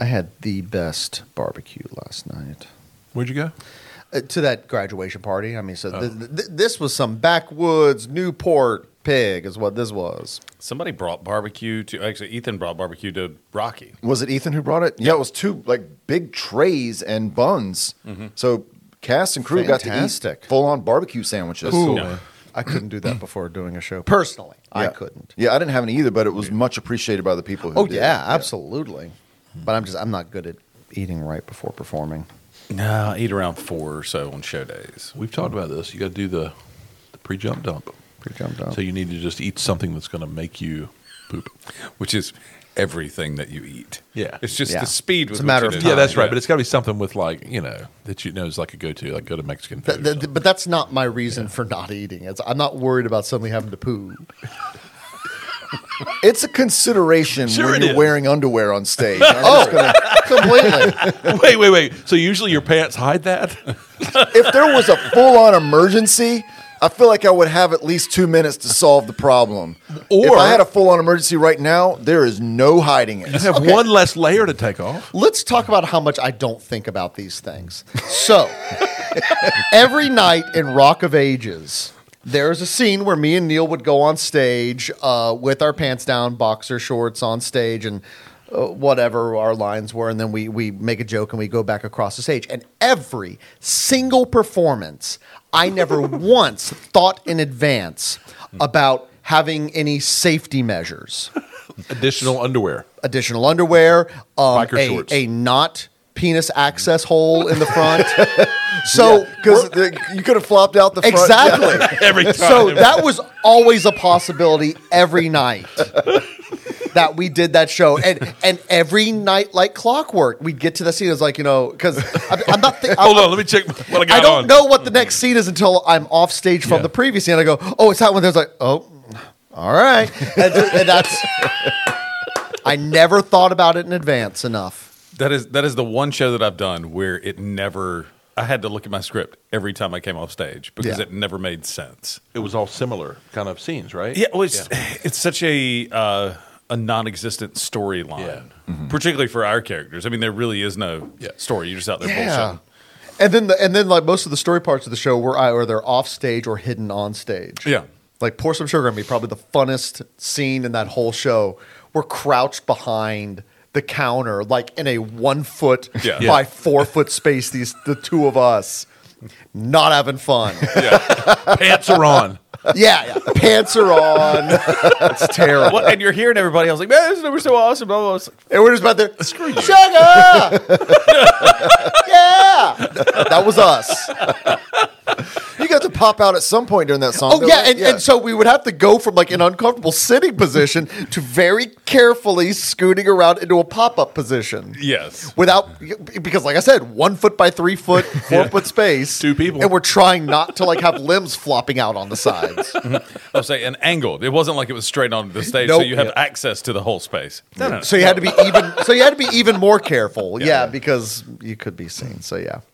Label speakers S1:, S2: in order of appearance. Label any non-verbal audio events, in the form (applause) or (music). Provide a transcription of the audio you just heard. S1: had the best barbecue last night.
S2: Where'd you go?
S1: Uh, to that graduation party. I mean, so th- th- this was some backwoods Newport pig, is what this was.
S3: Somebody brought barbecue to actually Ethan brought barbecue to Rocky.
S4: Was it Ethan who brought it? Yeah, it was two like big trays and buns.
S3: Mm-hmm.
S4: So cast and crew got
S1: Fantastic.
S4: to eat full on barbecue sandwiches.
S1: Ooh.
S3: No.
S1: I couldn't do that before doing a show. Personally, I
S4: Yeah.
S1: couldn't.
S4: Yeah, I didn't have any either, but it was much appreciated by the people who
S1: Oh
S4: did.
S1: yeah, absolutely. But I'm just I'm not good at eating right before performing.
S3: No, I eat around four or so on show days.
S2: We've talked about this. You got to do the, the pre jump dump.
S1: Pretty jumped up.
S2: So you need to just eat something that's going to make you poop.
S3: Which is everything that you eat.
S2: Yeah.
S3: It's just
S1: Yeah.
S3: the speed with
S1: It's a
S3: which
S1: matter
S3: it
S1: of
S3: is.
S1: time.
S2: Yeah, that's right.
S3: Yeah.
S2: But it's got to be something with like you know that you know is like a go to, like go to Mexican food.
S1: Th-
S2: or
S1: th-
S2: something.
S1: but that's not my reason for not eating. It's, I'm not worried about suddenly having to poo.
S4: (laughs) It's a consideration
S2: Sure
S4: when
S2: it
S4: you're
S2: is.
S4: wearing underwear on stage.
S2: (laughs)
S4: oh.
S1: Completely.
S2: wait, wait, wait. So usually your pants hide
S3: (laughs)
S2: that.
S4: if there was a full on emergency, I feel like I would have at least two minutes to solve the problem.
S2: Or-
S4: if I had a full on emergency right now, there is no hiding
S2: You
S4: it.
S2: have one less layer to take off.
S1: Let's talk about how much I don't think about these things. So, (laughs) every night in Rock of Ages, there's a scene where me and Neil would go on stage uh, with our pants down, boxer shorts on stage, and uh, whatever our lines were. And then we, we make a joke and we go back across the stage. And every single performance, I never once thought in advance about having any safety measures
S2: Additional underwear.
S1: additional underwear, um,
S2: Biker
S1: a,
S2: shorts.
S1: a not penis access hole in the
S2: (laughs)
S1: front. so,
S4: Because Oh, you could have flopped out the front.
S1: exactly.
S2: Every time.
S1: So that was always a possibility every night that we did that show, and and every night like clockwork, we'd get to the scene. It's like you know, because I'm, I'm not.
S2: (laughs)
S1: Th-
S2: Hold on, let me check what I got
S1: I don't
S2: on.
S1: know what the next scene is until I'm off stage from
S2: Yeah.
S1: the previous scene. And I go, oh, it's that one. There's like, oh, all right, and, ju- and that's. I never thought about it in advance enough.
S3: That is that is the one show that I've done where it never. I had to look at my script every time I came off stage because
S1: Yeah.
S3: it never made sense.
S2: It was all similar kind of scenes, right?
S3: Yeah, well, it's (sighs) it's such a uh, a non-existent storyline, Mm-hmm.
S2: Yeah.
S3: particularly for our characters. I mean, there really is no
S2: Yeah.
S3: story. You're just out there bullshitting.
S1: And then the, and then like most of the story parts of the show were either they're off stage or hidden on stage.
S3: Yeah.
S1: Like pour some sugar on me, probably the funnest scene in that whole show. We're crouched behind the counter, like in a one foot
S3: Yeah.
S1: by
S2: Yeah.
S1: four foot space, these the two of us. Not having fun.
S3: (laughs)
S2: Pants are on.
S1: yeah, yeah. Pants are on. it's terrible.
S3: Well, (laughs) and you're hearing everybody else like, man, this is so awesome. Blah, blah, blah. It's like,
S1: And we're just about there. Screw you. Sugar! (laughs) yeah. That was us.
S4: You got to pop out at some point during that song.
S1: Oh
S4: though,
S1: yeah,
S4: right?
S1: and, and so we would have to go from like an uncomfortable sitting position to very carefully scooting around into a pop up position.
S3: Yes.
S1: Without, because like I said, one foot by three foot, four foot space,
S2: Two people.
S1: and we're trying not to like have limbs flopping out on the sides.
S3: I was saying, and angled. It wasn't like it was straight onto the stage, so
S1: Nope.
S3: you have access to the whole space. No, no, no.
S1: so you had to be even. So you had to be even more careful, yeah, because you could be seen. So yeah,